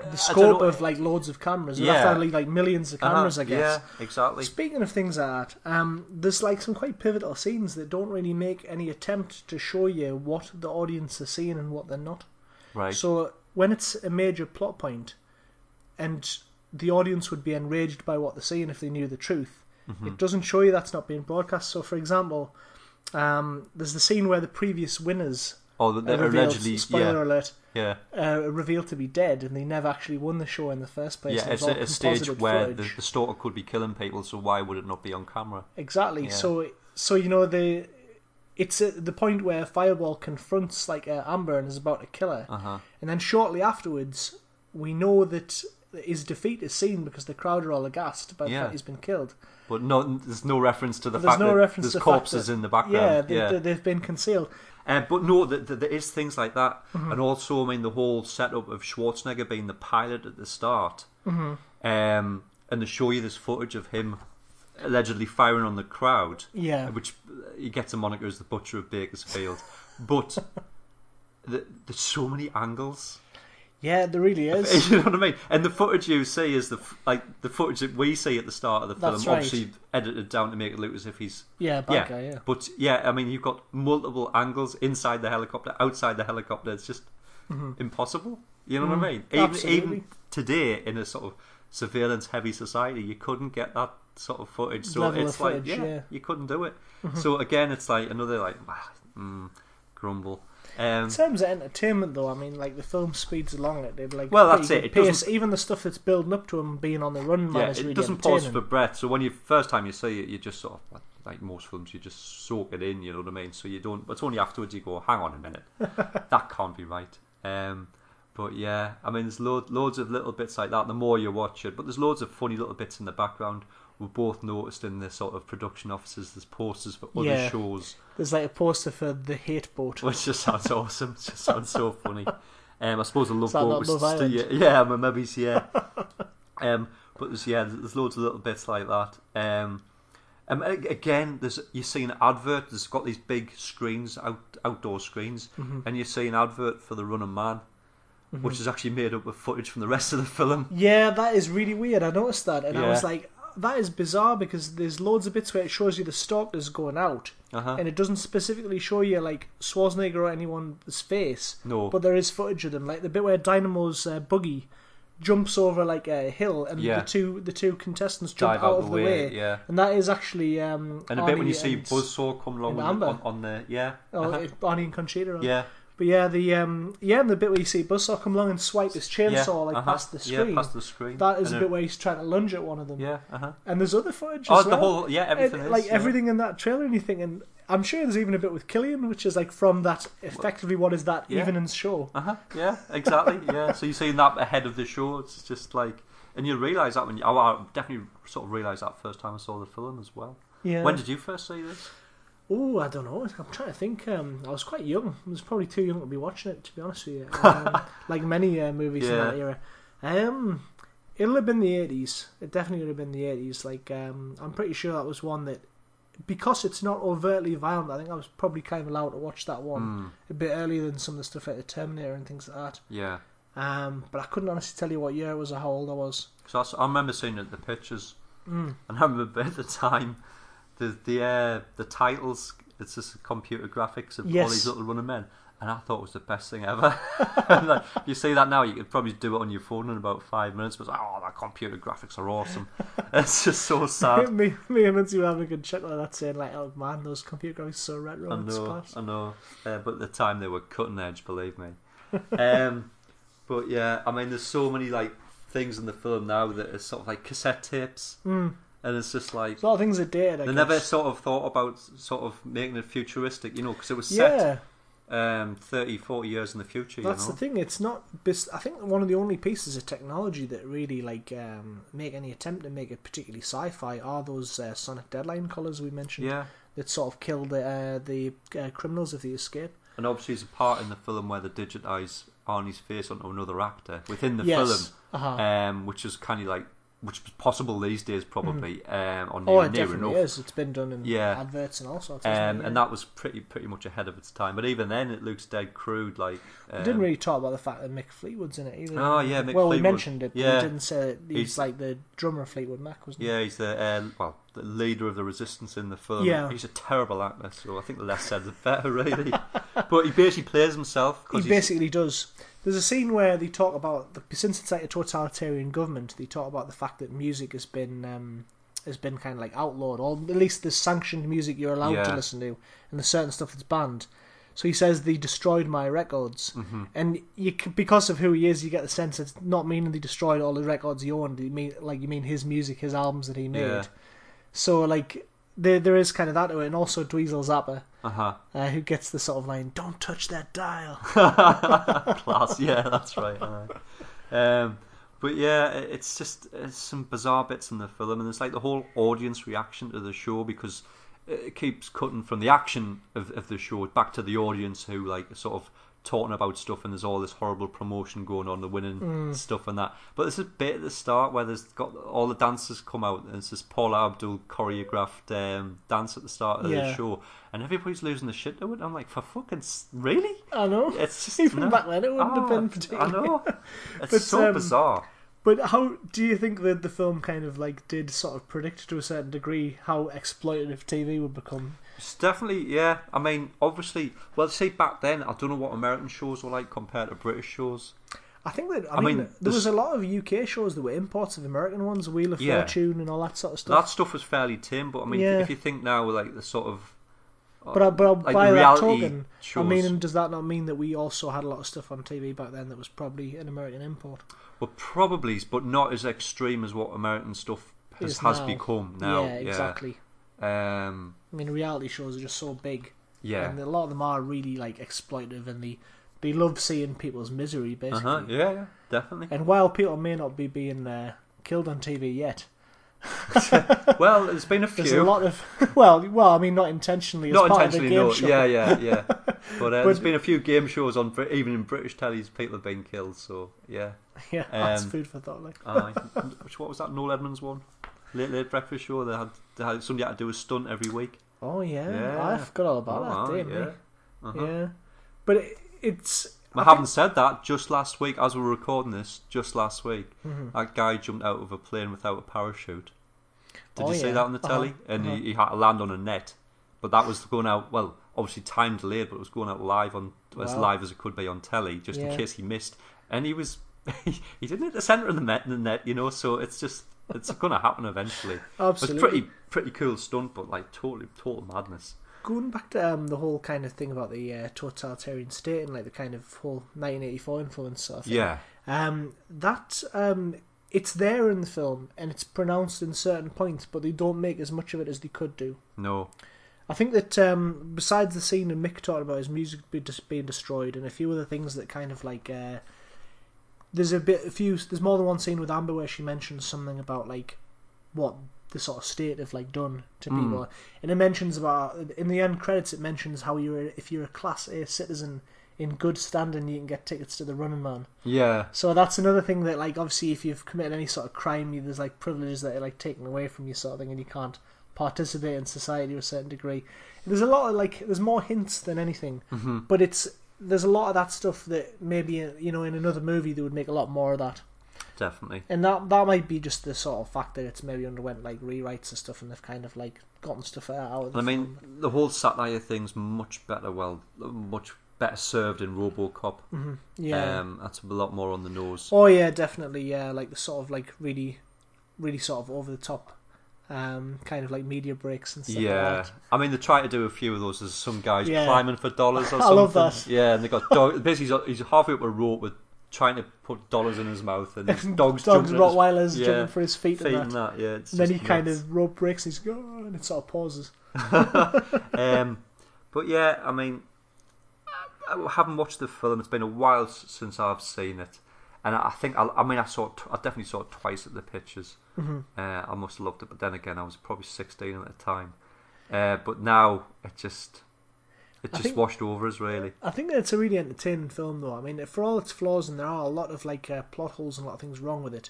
Speaker 2: The
Speaker 1: I don't
Speaker 2: scope
Speaker 1: know-
Speaker 2: of like loads of cameras.
Speaker 1: Yeah.
Speaker 2: Yeah. Definitely like millions of cameras,
Speaker 1: Uh-huh,
Speaker 2: I guess.
Speaker 1: Yeah, exactly.
Speaker 2: Speaking of things like that, um, there's like some quite pivotal scenes that don't really make any attempt to show you what the audience is seeing and what they're not.
Speaker 1: Right.
Speaker 2: So when it's a major plot point, and the audience would be enraged by what they're seeing if they knew the truth,
Speaker 1: Mm-hmm.
Speaker 2: it doesn't show you that's not being broadcast. So for example, um, there's the scene where the previous winners
Speaker 1: or that
Speaker 2: are
Speaker 1: they're
Speaker 2: revealed,
Speaker 1: Oh, allegedly
Speaker 2: spoiler alert,
Speaker 1: yeah yeah
Speaker 2: uh, are revealed to be dead, and they never actually won the show in the first place.
Speaker 1: yeah.
Speaker 2: and
Speaker 1: It's
Speaker 2: all
Speaker 1: at a stage
Speaker 2: composited
Speaker 1: where
Speaker 2: footage.
Speaker 1: the, the stalker could be killing people, so why would it not be on camera?
Speaker 2: Exactly.
Speaker 1: Yeah.
Speaker 2: So so you know the it's at the point where Fireball confronts like uh, Amber and is about to kill her,
Speaker 1: Uh huh.
Speaker 2: and then shortly afterwards we know that his defeat is seen because the crowd are all aghast by the
Speaker 1: Yeah.
Speaker 2: fact he's been killed.
Speaker 1: But no, there's no reference to the
Speaker 2: There's
Speaker 1: fact
Speaker 2: no
Speaker 1: that
Speaker 2: reference
Speaker 1: there's
Speaker 2: to the fact
Speaker 1: corpses
Speaker 2: that-
Speaker 1: in the
Speaker 2: yeah,
Speaker 1: background.
Speaker 2: they,
Speaker 1: yeah.
Speaker 2: They, they've been concealed.
Speaker 1: Uh, but no, th th there is things like that,
Speaker 2: Mm-hmm.
Speaker 1: and also I mean the whole setup of Schwarzenegger being the pilot at the start,
Speaker 2: Mm-hmm.
Speaker 1: um, and they show you this footage of him allegedly firing on the crowd,
Speaker 2: Yeah,
Speaker 1: which uh, he gets a moniker as the butcher of Bakersfield. but th there's so many angles,
Speaker 2: yeah, there really is.
Speaker 1: you know what I mean? And the footage you see is the f- like the footage that we see at the start of the film,
Speaker 2: That's right.
Speaker 1: obviously edited down to make it look as if he's
Speaker 2: Yeah, bad
Speaker 1: yeah.
Speaker 2: guy. Yeah,
Speaker 1: But yeah, I mean, you've got multiple angles inside the helicopter, outside the helicopter. It's just impossible. You know what I mean? Even,
Speaker 2: Mm-hmm. absolutely.
Speaker 1: even today, in a sort of surveillance-heavy society, you couldn't get that sort of footage. So
Speaker 2: Level of
Speaker 1: it's like,
Speaker 2: footage, yeah. Mm-hmm.
Speaker 1: you couldn't do it. So again, it's like another like ah, mm, grumble. Um,
Speaker 2: In terms of entertainment, though, I mean, like the film speeds along at it. Like
Speaker 1: Well, that's
Speaker 2: pretty
Speaker 1: it.
Speaker 2: good
Speaker 1: It
Speaker 2: pace. Even the stuff that's building up to him being on the run, man,
Speaker 1: yeah,
Speaker 2: is
Speaker 1: it
Speaker 2: really
Speaker 1: doesn't pause for
Speaker 2: entertaining.
Speaker 1: breath. So when you first time you see it, you just sort of like, like most films, you just soak it in. You know what I mean? So you don't. It's only afterwards you go, hang on a minute, that can't be right. Um, but yeah, I mean, there's load, loads of little bits like that. The more you watch it, but there's loads of funny little bits in the background. We both noticed in the sort of production offices, there's posters for other
Speaker 2: Yeah.
Speaker 1: shows,
Speaker 2: There's like a poster for the Hate Boat.
Speaker 1: which just sounds awesome. It just sounds so funny. Um, I suppose the love
Speaker 2: Is that
Speaker 1: boat
Speaker 2: not
Speaker 1: was
Speaker 2: Love
Speaker 1: still,
Speaker 2: Island?
Speaker 1: yeah, yeah, I mean, maybe it's- yeah. um, but there's, yeah, there's loads of little bits like that. Um, um, a- again, there's you see an advert. There's got these big screens, out, outdoor screens,
Speaker 2: Mm-hmm.
Speaker 1: and you see an advert for the Running Man, which is actually made up of footage from the rest of the film.
Speaker 2: Yeah, that is really weird. I noticed that, and I was
Speaker 1: Yeah.
Speaker 2: like, that is bizarre because there's loads of bits where it shows you the stalkers going out,
Speaker 1: Uh-huh.
Speaker 2: and it doesn't specifically show you like Schwarzenegger or anyone's face.
Speaker 1: No.
Speaker 2: but there is footage of them, like the bit where Dynamo's uh, buggy jumps over like a hill, and
Speaker 1: Yeah.
Speaker 2: the two the two contestants jump
Speaker 1: Dive
Speaker 2: out, of the way,
Speaker 1: yeah.
Speaker 2: and that is actually um,
Speaker 1: And a bit when
Speaker 2: Arnie
Speaker 1: you see
Speaker 2: and-
Speaker 1: Buzzsaw come along
Speaker 2: and
Speaker 1: with,
Speaker 2: Amber.
Speaker 1: on, on the yeah,
Speaker 2: Oh, uh,
Speaker 1: uh-huh,
Speaker 2: it- Arnie and Conchita. are-
Speaker 1: yeah,
Speaker 2: But yeah, the um, yeah, and the bit where you see Buzzsaw come along and swipe his chainsaw
Speaker 1: yeah,
Speaker 2: like
Speaker 1: uh-huh,
Speaker 2: past the screen.
Speaker 1: yeah, past the screen.
Speaker 2: that
Speaker 1: And
Speaker 2: is a
Speaker 1: then-
Speaker 2: bit where he's trying to lunge at one of them.
Speaker 1: yeah, uh huh.
Speaker 2: And there's other footage
Speaker 1: Oh,
Speaker 2: as
Speaker 1: the
Speaker 2: well.
Speaker 1: whole yeah, everything
Speaker 2: And,
Speaker 1: is
Speaker 2: like
Speaker 1: yeah.
Speaker 2: everything in that trailer and you think, and I'm sure there's even a bit with Killian, which is like from that effectively what is that
Speaker 1: Yeah.
Speaker 2: evening's show.
Speaker 1: Uh huh. Yeah, exactly. Yeah. So you're seeing that ahead of the show. It's just like, and you realise that when you, I, I definitely sort of realised that first time I saw the film as well.
Speaker 2: Yeah.
Speaker 1: When did you first see this?
Speaker 2: Oh, I don't know. I'm trying to think. Um, I was quite young. I was probably too young to be watching it, to be honest with you. Um, like many uh, movies in
Speaker 1: Yeah.
Speaker 2: that era. Um, it'll have been the 80s. It definitely would have been the 80s. Like, um, I'm pretty sure that was one that, because it's not overtly violent, I think I was probably kind of allowed to watch that one
Speaker 1: Hmm,
Speaker 2: a bit earlier than some of the stuff like the Terminator and things like that.
Speaker 1: yeah.
Speaker 2: Um, but I couldn't honestly tell you what year it was or how old I was.
Speaker 1: Because I, remember seeing it in the pictures,
Speaker 2: Mm.
Speaker 1: and I remember at the time, the the uh, the titles. It's just computer graphics of all
Speaker 2: Yes.
Speaker 1: these little running men. And I thought it was the best thing ever. like, you see that now, you could probably do it on your phone in about five minutes. But it's like, oh, that computer graphics are awesome. it's just so sad.
Speaker 2: me, me and Lindsay were having a good chuckle at that, saying like, "Oh man, those computer graphics are so retro."
Speaker 1: I
Speaker 2: and it's
Speaker 1: know,
Speaker 2: class."
Speaker 1: I know. Uh, but at the time they were cutting edge, believe me. um, but yeah, I mean, there's so many like things in the film now that are sort of like cassette tapes,
Speaker 2: Mm.
Speaker 1: and it's just like
Speaker 2: There's a lot of things that dated. I
Speaker 1: they
Speaker 2: guess.
Speaker 1: never sort of thought about sort of making it futuristic, you know, because it was set
Speaker 2: yeah,
Speaker 1: um, 30, 40 years in the future.
Speaker 2: That's
Speaker 1: you know?
Speaker 2: the thing. It's not. bes- I think one of the only pieces of technology that really like um, make any attempt to make it particularly sci-fi are those uh, Sonic Deadline colors we mentioned
Speaker 1: Yeah,
Speaker 2: that sort of kill the uh, the uh, criminals if they escape.
Speaker 1: and obviously there's a part in the film where they digitise Arnie's face onto another actor within the
Speaker 2: yes.
Speaker 1: film,
Speaker 2: Uh-huh.
Speaker 1: um, which is kind of like which is possible these days probably, um, or near,
Speaker 2: oh, it
Speaker 1: near
Speaker 2: definitely
Speaker 1: enough.
Speaker 2: is. It's been done in
Speaker 1: Yeah.
Speaker 2: adverts and all sorts. isn't
Speaker 1: Um,
Speaker 2: it?
Speaker 1: and
Speaker 2: Yeah.
Speaker 1: that was pretty pretty much ahead of its time. But even then, it looks dead crude. Like um,
Speaker 2: we didn't really talk about the fact that Mick Fleetwood's in it either.
Speaker 1: Oh, yeah, Mick
Speaker 2: well, we
Speaker 1: Fleetwood.
Speaker 2: mentioned it, but
Speaker 1: Yeah.
Speaker 2: we didn't say that he's,
Speaker 1: He's-
Speaker 2: like the drummer of Fleetwood Mac, wasn't he?
Speaker 1: Yeah, he's the uh, well, the leader of the resistance in the film.
Speaker 2: Yeah.
Speaker 1: he's a terrible actor, so I think the less said the better, really. but he basically plays himself
Speaker 2: He
Speaker 1: because he's
Speaker 2: basically does. There's a scene where they talk about the, since it's like a totalitarian government, they talk about the fact that music has been um, has been kind of like outlawed, or at least there's sanctioned music you're allowed to
Speaker 1: Yeah.
Speaker 2: listen to, and there's certain stuff that's banned. So he says they destroyed my records,
Speaker 1: Mm-hmm.
Speaker 2: and you c- because of who he is, you get the sense it's not meaning they destroyed all the records he owned. You mean like you mean his music, his albums that he made.
Speaker 1: Yeah.
Speaker 2: So like there there is kind of that to it, and also Dweezil Zappa.
Speaker 1: uh-huh.
Speaker 2: Uh, who gets the sort of line? Don't touch that dial.
Speaker 1: class. Yeah, that's right. aye. Um, but yeah, i- it's just it's some bizarre bits in the film, and it's like the whole audience reaction to the show because it keeps cutting from the action of, of the show back to the audience who like are sort of talking about stuff, and there's all this horrible promotion going on, the winning stuff and that. But there's a bit at the start where there's got all the dancers come out, and it's this Paula Abdul choreographed um, dance at the start of
Speaker 2: Yeah.
Speaker 1: the show, and everybody's losing the shit to it. I'm like, for fucking s- really?
Speaker 2: I know.
Speaker 1: It's just
Speaker 2: Even
Speaker 1: no.
Speaker 2: back then, it wouldn't have
Speaker 1: Oh,
Speaker 2: been
Speaker 1: I
Speaker 2: particularly.
Speaker 1: know. It's
Speaker 2: But,
Speaker 1: so
Speaker 2: um,
Speaker 1: bizarre.
Speaker 2: But how do you think that the film kind of like did sort of predict to a certain degree how exploitative TV would become?
Speaker 1: It's definitely, yeah. I mean, obviously, well, see, back then, I don't know what American shows were like compared to British shows.
Speaker 2: I think that I,
Speaker 1: I
Speaker 2: mean,
Speaker 1: mean,
Speaker 2: there was
Speaker 1: this-
Speaker 2: a lot of UK shows that were imports of American ones, Wheel of
Speaker 1: Yeah.
Speaker 2: Fortune and all that sort of stuff.
Speaker 1: That stuff was fairly tame, but I mean,
Speaker 2: Yeah.
Speaker 1: if you think now, like the sort of,
Speaker 2: but I, but I,
Speaker 1: like
Speaker 2: by
Speaker 1: the
Speaker 2: that
Speaker 1: reality
Speaker 2: token, I
Speaker 1: shows.
Speaker 2: mean, and does that not mean that we also had a lot of stuff on TV back then that was probably an American import?
Speaker 1: well, probably, but not as extreme as what American stuff
Speaker 2: Is
Speaker 1: has, has
Speaker 2: now.
Speaker 1: become now.
Speaker 2: yeah, exactly.
Speaker 1: Um,
Speaker 2: I mean, reality shows are just so big,
Speaker 1: yeah.
Speaker 2: and a lot of them are really like exploitative, and they they love seeing people's misery basically.
Speaker 1: Uh-huh. Yeah, yeah, definitely.
Speaker 2: And while people may not be being uh, killed on TV yet,
Speaker 1: well, there's been a
Speaker 2: there's
Speaker 1: few.
Speaker 2: a lot of well, well, I mean, not intentionally, as
Speaker 1: not
Speaker 2: part
Speaker 1: intentionally,
Speaker 2: of the
Speaker 1: no.
Speaker 2: game show.
Speaker 1: Yeah, yeah, yeah. But, uh, there's been a few game shows on, Brit- even in British tellies, people have been killed. So yeah,
Speaker 2: yeah, that's
Speaker 1: Um,
Speaker 2: food for thought. Like,
Speaker 1: Aye. Which what was that Noel Edmonds one? Late late breakfast show. They had, they had somebody had to do a stunt every week.
Speaker 2: oh yeah,
Speaker 1: yeah.
Speaker 2: I forgot all about
Speaker 1: Oh,
Speaker 2: that,
Speaker 1: aye,
Speaker 2: didn't
Speaker 1: yeah. uh-huh.
Speaker 2: we? Yeah, but it, it's
Speaker 1: I haven't said that. Just last week, as we were recording this, just last week, that guy jumped out of a plane without a parachute. Did
Speaker 2: Oh,
Speaker 1: you see
Speaker 2: yeah.
Speaker 1: that on the
Speaker 2: Uh-huh,
Speaker 1: telly? And
Speaker 2: uh-huh.
Speaker 1: he, he had to land on a net, but that was going out. Well, obviously time delayed, but it was going out live on as
Speaker 2: Wow.
Speaker 1: live as it could be on telly, just
Speaker 2: Yeah.
Speaker 1: in case he missed. And he was he didn't hit the centre of the net, the net, you know. So it's just it's going to happen eventually.
Speaker 2: Absolutely.
Speaker 1: It's pretty pretty cool stunt, but like totally total madness.
Speaker 2: going back to um, the whole kind of thing about the uh, totalitarian state and like the kind of whole 1984 influence. Sort of thing.
Speaker 1: Yeah,
Speaker 2: Um, that um, it's there in the film and it's pronounced in certain points, but they don't make as much of it as they could do.
Speaker 1: no,
Speaker 2: I think that um, besides the scene of Mick talking about his music be dis- being destroyed and a few other things that kind of like uh, there's a bit a few there's more than one scene with Amber where she mentions something about like what the sort of state have like done to people and it mentions about in the end credits it mentions how you're if you're a class A citizen in good standing you can get tickets to the Running Man
Speaker 1: yeah,
Speaker 2: so that's another thing that like obviously if you've committed any sort of crime you- there's like privileges that are like taken away from you sort of thing and you can't participate in society to a certain degree there's a lot of like there's more hints than anything
Speaker 1: Mm-hmm.
Speaker 2: but it's there's a lot of that stuff that maybe uh, you know in another movie they would make a lot more of that
Speaker 1: definitely.
Speaker 2: and that that might be just the sort of fact that it's maybe underwent like rewrites and stuff and they've kind of like gotten stuff out of the
Speaker 1: I mean, the whole satire thing's much better. Well, much better served in RoboCop.
Speaker 2: Mm-hmm. yeah
Speaker 1: Um, that's a lot more on the nose.
Speaker 2: Oh yeah, definitely. Yeah, like the sort of like really, really sort of over the top, um, kind of like media breaks and stuff.
Speaker 1: yeah,
Speaker 2: Like that.
Speaker 1: I mean they try to do a few of those. There's some guys
Speaker 2: Yeah.
Speaker 1: climbing for dollars or
Speaker 2: I
Speaker 1: something.
Speaker 2: love that.
Speaker 1: Yeah, and they got dog. basically he's, he's halfway up a rope with trying to put dollars in his mouth, and his dogs,
Speaker 2: Dogs,
Speaker 1: jumping at his
Speaker 2: Rottweilers
Speaker 1: yeah.
Speaker 2: jumping for his feet,
Speaker 1: feet
Speaker 2: and
Speaker 1: and
Speaker 2: that.
Speaker 1: that. Yeah, it's
Speaker 2: And then he
Speaker 1: just
Speaker 2: kind
Speaker 1: nuts.
Speaker 2: of rope breaks. He's go and it sort of pauses.
Speaker 1: um, but yeah, I mean, I haven't watched the film. It's been a while s- since I've seen it, and I I think I, I mean I saw it tw- I definitely saw it twice at the pictures.
Speaker 2: Mm-hmm.
Speaker 1: Uh, I must have loved it, but then again, I was probably sixteen at the time. Uh, but now it just it
Speaker 2: I
Speaker 1: just
Speaker 2: think-
Speaker 1: washed over us really.
Speaker 2: I think that it's a really entertaining film, though. I mean, for all its flaws, and there are a lot of like uh, plot holes and a lot of things wrong with it.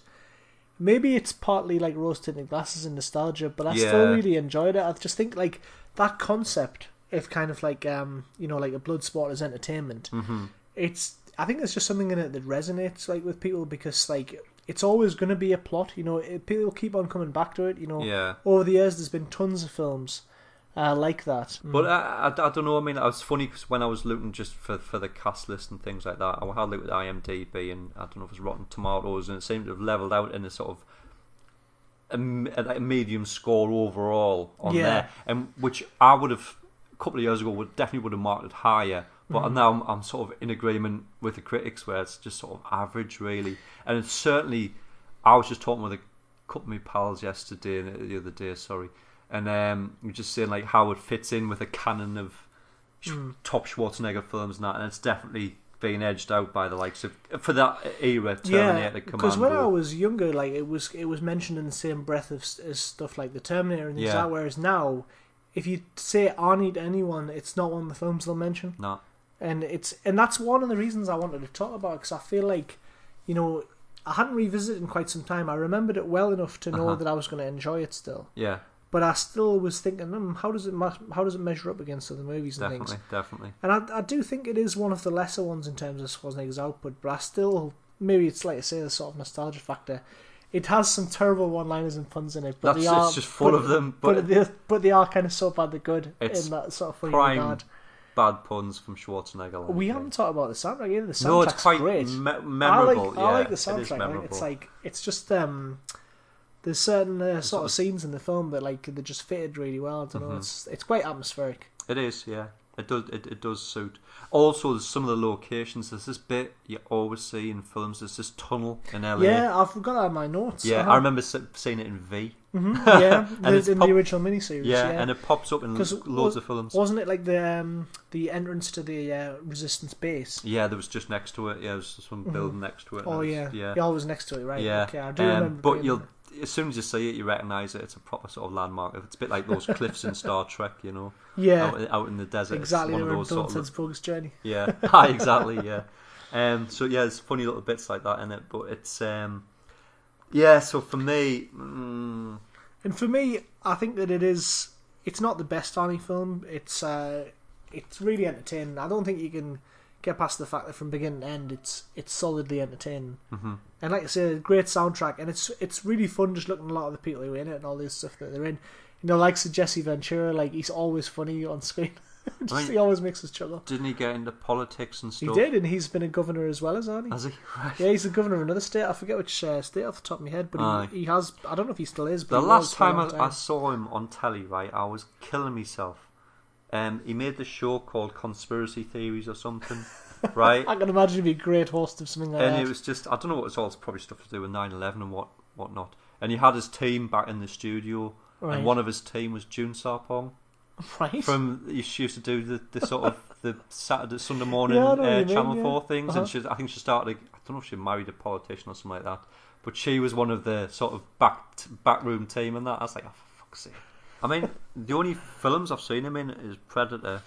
Speaker 2: Maybe it's partly like rose tinted glasses and nostalgia, but I still
Speaker 1: Yeah.
Speaker 2: really enjoyed it. I just think like that concept of kind of like um you know like a blood sport as entertainment.
Speaker 1: Mm-hmm.
Speaker 2: It's I think there's just something in it that resonates like with people because like it's always going to be a plot. You know, it, people keep on coming back to it. You know,
Speaker 1: Yeah.
Speaker 2: over the years there's been tons of films uh, like that.
Speaker 1: But I, I, I don't know. I mean, it was funny because when I was looking just for, for the cast list and things like that, I had a look at IMDb and I don't know if it's Rotten Tomatoes, and it seemed to have leveled out in a sort of a, m- a- like a medium score overall on
Speaker 2: Yeah.
Speaker 1: there, and which I would have a couple of years ago would definitely would have marked it higher. But now I'm, I'm sort of in agreement with the critics where it's just sort of average really, and it's certainly. I was just talking with a couple of my pals yesterday and the other day, sorry, and um, we were just saying like how it fits in with a canon of sh-
Speaker 2: Hmm.
Speaker 1: top Schwarzenegger films and that, and it's definitely being edged out by the likes of for that era Terminator
Speaker 2: because when I
Speaker 1: Commando.
Speaker 2: was younger, like it was, it was mentioned in the same breath of, s- as stuff like the Terminator and things
Speaker 1: Yeah.
Speaker 2: like that. Whereas now, if you say Arnie to anyone, it's not one of the films they'll mention,
Speaker 1: No.
Speaker 2: and it's and that's one of the reasons I wanted to talk about because I feel like, you know, I hadn't revisited in quite some time. I remembered it well enough to know
Speaker 1: Uh-huh.
Speaker 2: that I was going to enjoy it still,
Speaker 1: Yeah,
Speaker 2: but I still was thinking, hmm, how does it ma- how does it measure up against other movies and
Speaker 1: definitely,
Speaker 2: things?
Speaker 1: definitely.
Speaker 2: And I, I do think it is one of the lesser ones in terms of Schwarzenegger's output, but I still maybe it's like I say the sort of nostalgia factor. It has some terrible one-liners and puns in it, but
Speaker 1: That's
Speaker 2: they are
Speaker 1: it's just full
Speaker 2: but,
Speaker 1: of them,
Speaker 2: But,
Speaker 1: but,
Speaker 2: they but they are kind of so bad they're good
Speaker 1: It's
Speaker 2: in that sort of funny
Speaker 1: prime
Speaker 2: regard.
Speaker 1: bad puns from Schwarzenegger. like,
Speaker 2: We
Speaker 1: yeah.
Speaker 2: haven't talked about the soundtrack either. The soundtrack's
Speaker 1: No, it's quite
Speaker 2: great.
Speaker 1: me-
Speaker 2: I like
Speaker 1: memorable.
Speaker 2: I like
Speaker 1: yeah,
Speaker 2: the
Speaker 1: It is
Speaker 2: soundtrack. right?
Speaker 1: memorable.
Speaker 2: It's like it's just um, there's certain uh, sort
Speaker 1: sort
Speaker 2: of scenes in the film that like they just fitted really well. I don't
Speaker 1: Mm-hmm.
Speaker 2: know. It's it's quite atmospheric.
Speaker 1: It is, yeah. It does. It, it does suit. Also, there's some of the locations. There's this bit you always see in films. There's this tunnel in LA.
Speaker 2: Yeah, I forgot out of my notes.
Speaker 1: Yeah,
Speaker 2: Uh-huh.
Speaker 1: I remember se- seeing it in V.
Speaker 2: Mm-hmm. yeah,
Speaker 1: And
Speaker 2: the,
Speaker 1: it's
Speaker 2: in
Speaker 1: pop-
Speaker 2: the original miniseries.
Speaker 1: Yeah,
Speaker 2: Yeah,
Speaker 1: and it pops up in
Speaker 2: 'Cause
Speaker 1: loads
Speaker 2: was-
Speaker 1: of films.
Speaker 2: wasn't it like the um, the entrance to the uh, resistance base?
Speaker 1: yeah, there was just next to it. Yeah, there was some building next to it.
Speaker 2: Oh
Speaker 1: and
Speaker 2: yeah,
Speaker 1: it's-
Speaker 2: yeah,
Speaker 1: yeah,
Speaker 2: I was next to it, right?
Speaker 1: yeah.
Speaker 2: Okay, I do
Speaker 1: Um,
Speaker 2: remember.
Speaker 1: but
Speaker 2: being
Speaker 1: you'll
Speaker 2: there.
Speaker 1: as soon as you see it, you recognise it. It's a proper sort of landmark. It's a bit like those cliffs in Star Trek, you know,
Speaker 2: yeah,
Speaker 1: out, out in the desert. Oh, It's
Speaker 2: exactly.
Speaker 1: one
Speaker 2: They
Speaker 1: of
Speaker 2: were
Speaker 1: those sort of
Speaker 2: Dunstan's Bogus Journey.
Speaker 1: Yeah, Hi, exactly. Yeah. Um, so yeah, there's funny little bits like that in it, but it's um, yeah. So for me, mm,
Speaker 2: And for me, I think that it is. It's not the best Arnie film. It's uh, it's really entertaining. I don't think you can get past the fact that from beginning to end, it's it's solidly entertaining.
Speaker 1: Mhm.
Speaker 2: And like I said, great soundtrack, and it's it's really fun just looking at a lot of the people who are in it and all this stuff that they're in. You know, like Sir Jesse Ventura, like he's always funny on screen. just,
Speaker 1: I mean-
Speaker 2: he always makes us chuckle.
Speaker 1: didn't he get into politics and
Speaker 2: He
Speaker 1: stuff?
Speaker 2: did, and he's been a governor as well as Arnie.
Speaker 1: Has he? Right.
Speaker 2: yeah, he's the governor of another state. I forget which uh, state off the top of my head,
Speaker 1: Aye.
Speaker 2: but he, he has. I don't know if he still is. But
Speaker 1: The
Speaker 2: he was
Speaker 1: last
Speaker 2: for a
Speaker 1: time I,
Speaker 2: long
Speaker 1: I saw him on telly, right, I was killing myself. Um, he made this show called Conspiracy Theories or something, right?
Speaker 2: I can imagine he'd be a great host of something like
Speaker 1: and
Speaker 2: that.
Speaker 1: it was just I don't know what it's all it's probably stuff to do with 9-11 and what whatnot. And he had his team back in the studio,
Speaker 2: Right.
Speaker 1: and one of his team was June Sarpong.
Speaker 2: right?
Speaker 1: from she used to do the, the sort of the Saturday Sunday morning
Speaker 2: Yeah, I know what
Speaker 1: uh,
Speaker 2: you mean,
Speaker 1: Channel
Speaker 2: yeah.
Speaker 1: Four things,
Speaker 2: Uh-huh.
Speaker 1: and she I think she started I don't know if she married a politician or something like that, but she was one of the sort of back backroom team and that. I was like, oh, for fuck's sake. I mean, the only films I've seen him in is Predator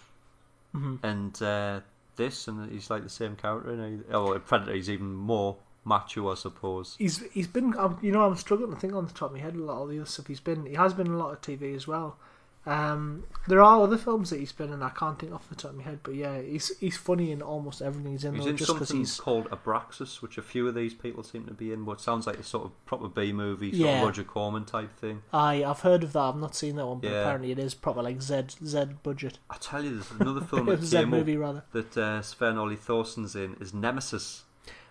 Speaker 2: Mhm.
Speaker 1: and uh, this, and he's like the same character. And he, oh, Predator, he's even more macho, I suppose.
Speaker 2: He's he's been I'm, you know I'm struggling to think on the top of my head a lot of the other stuff he's been he has been in a lot of TV as well. Um, there are other films that he's been in I can't think off the top of my head, but yeah, he's he's funny in almost everything he's in.
Speaker 1: He's
Speaker 2: though,
Speaker 1: in
Speaker 2: just because
Speaker 1: something
Speaker 2: he's
Speaker 1: called Abraxas, which a few of these people seem to be in, but it sounds like a sort of proper B movie, sort
Speaker 2: Yeah.
Speaker 1: of Roger Corman type thing.
Speaker 2: I I've heard of that. I've not seen that one, but
Speaker 1: Yeah.
Speaker 2: apparently it is proper like Z Z budget
Speaker 1: I tell you, there's another film that
Speaker 2: Z
Speaker 1: came
Speaker 2: movie
Speaker 1: up
Speaker 2: rather.
Speaker 1: that uh, Sven Ollie Thorson's in is Nemesis.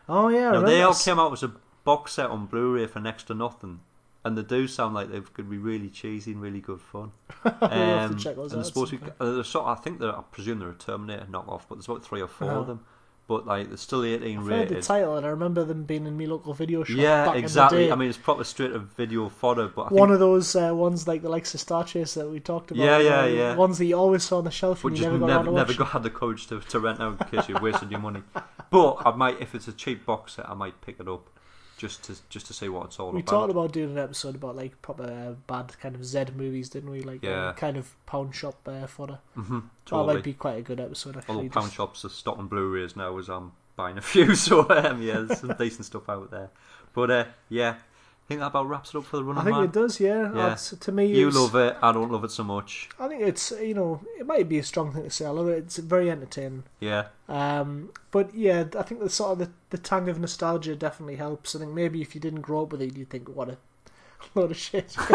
Speaker 2: Oh yeah, I
Speaker 1: Now, they
Speaker 2: remember
Speaker 1: all
Speaker 2: s-
Speaker 1: came out as a box set on Blu-ray for next to nothing, and they do sound like they could be really cheesy and really good fun. Um,
Speaker 2: have to check those
Speaker 1: and
Speaker 2: out
Speaker 1: I suppose we,
Speaker 2: sometime.
Speaker 1: uh, there's sort of, I think they're, I presume they're a Terminator knockoff, but there's about three or 4 of
Speaker 2: Uh-huh.
Speaker 1: them. but like they're still 18
Speaker 2: I've heard the
Speaker 1: rated.
Speaker 2: title, and I remember them being in my local video shop.
Speaker 1: Yeah,
Speaker 2: back In the
Speaker 1: exactly.
Speaker 2: day.
Speaker 1: I mean, it's proper straight to video fodder, but I
Speaker 2: one
Speaker 1: think,
Speaker 2: of those uh, ones like the likes of Star Chase that we talked about.
Speaker 1: Yeah, yeah,
Speaker 2: uh,
Speaker 1: yeah.
Speaker 2: Ones that you always saw on the shelf
Speaker 1: but
Speaker 2: and you
Speaker 1: just
Speaker 2: never got around
Speaker 1: never,
Speaker 2: to
Speaker 1: never
Speaker 2: watch.
Speaker 1: got, had the courage to, to rent out in case you wasted your money. But I might, if it's a cheap box set, I might pick it up just to just to see what it's all
Speaker 2: we
Speaker 1: about.
Speaker 2: talked about doing an episode about like proper uh, bad kind of Z movies, didn't we? Like uh,
Speaker 1: Yeah.
Speaker 2: kind of pound shop uh, fodder.
Speaker 1: hmm
Speaker 2: That
Speaker 1: totally.
Speaker 2: might be quite a good episode actually.
Speaker 1: Although
Speaker 2: just-
Speaker 1: pound shops are stopping Blu-rays now as I'm buying a few, so um, yeah, there's some decent stuff out there. But uh, yeah, I think that about wraps it up for the running
Speaker 2: I think
Speaker 1: man.
Speaker 2: it does, yeah.
Speaker 1: Yeah.
Speaker 2: That's- to me,
Speaker 1: You
Speaker 2: it's,
Speaker 1: love it. I don't love it so much.
Speaker 2: I think it's you know it might be a strong thing to say. I love it. It's very entertaining.
Speaker 1: Yeah,
Speaker 2: Um, but yeah, I think the sort of the, the tang of nostalgia definitely helps. I think maybe if you didn't grow up with it, you'd think what a load of shit.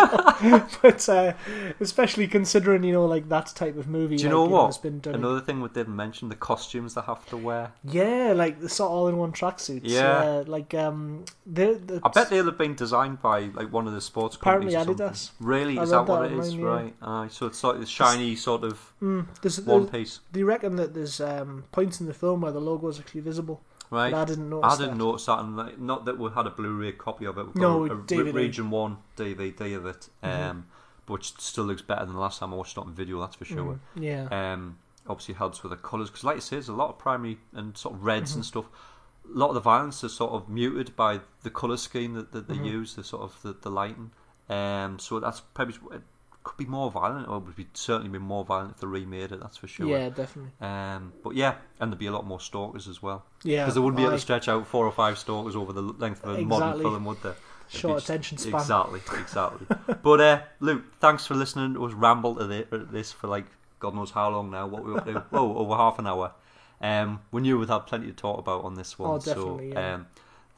Speaker 2: but uh, especially considering you know like that type of movie,
Speaker 1: Do you
Speaker 2: like,
Speaker 1: know what?
Speaker 2: has been done.
Speaker 1: another thing we didn't mention the costumes they have to wear.
Speaker 2: Yeah, like the sort of all-in-one tracksuits.
Speaker 1: Yeah.
Speaker 2: like um, the, the
Speaker 1: I bet they'll have been designed by like one of the sports
Speaker 2: apparently
Speaker 1: companies. or
Speaker 2: Adidas.
Speaker 1: something. Really,
Speaker 2: I
Speaker 1: is
Speaker 2: read
Speaker 1: that what
Speaker 2: that
Speaker 1: it is?
Speaker 2: online,
Speaker 1: Right. Aye, so it's like this shiny sort of
Speaker 2: Mm, there's,
Speaker 1: one
Speaker 2: there's,
Speaker 1: piece.
Speaker 2: they reckon that there's um, points in the film where the logo is actually visible,
Speaker 1: Right.
Speaker 2: but I didn't notice.
Speaker 1: I didn't
Speaker 2: that.
Speaker 1: notice that, and like, not that we had a Blu-ray copy of it. We've got
Speaker 2: No,
Speaker 1: a, a re-
Speaker 2: DVD.
Speaker 1: Region One DVD of it, um,
Speaker 2: Mhm.
Speaker 1: which still looks better than the last time I watched it on video. That's for sure.
Speaker 2: Mm, yeah.
Speaker 1: Um, obviously helps with the colours because, like I say, there's a lot of primary and sort of reds
Speaker 2: Mm-hmm.
Speaker 1: and stuff. A lot of the violence is sort of muted by the colour scheme that, that they
Speaker 2: Mhm.
Speaker 1: use, the sort of the, the lighting. Um, so that's probably it could be more violent, or it would be certainly be more violent if they remade it. That's for sure.
Speaker 2: Yeah, definitely.
Speaker 1: Um, but yeah, and there'd be a lot more stalkers as well.
Speaker 2: Yeah,
Speaker 1: Because they wouldn't be able
Speaker 2: aye.
Speaker 1: to stretch out four or five stalkers over the l- length of a modern
Speaker 2: Exactly.
Speaker 1: film, would they? It'd be
Speaker 2: short
Speaker 1: just-
Speaker 2: attention span.
Speaker 1: Exactly, exactly. but uh, Luke, thanks for listening to us ramble to the, at uh, this for like God knows how long now. What we up to? oh, over half an hour. Um, we knew we'd have plenty to talk about on this one.
Speaker 2: Oh,
Speaker 1: so
Speaker 2: definitely, yeah.
Speaker 1: um,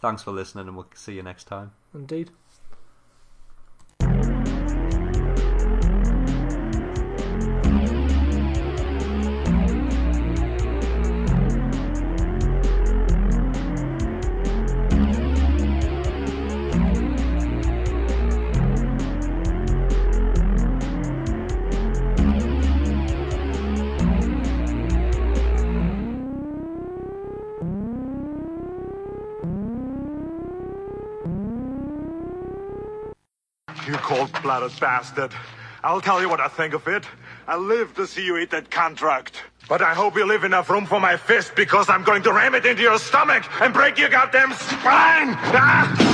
Speaker 1: thanks for listening, and we'll see you next time.
Speaker 2: Indeed.
Speaker 3: You cold-blooded bastard. I'll tell you what I think of it. I live to see you eat that contract. But I hope you leave enough room for my fist because I'm going to ram it into your stomach and break your goddamn spine! Ah!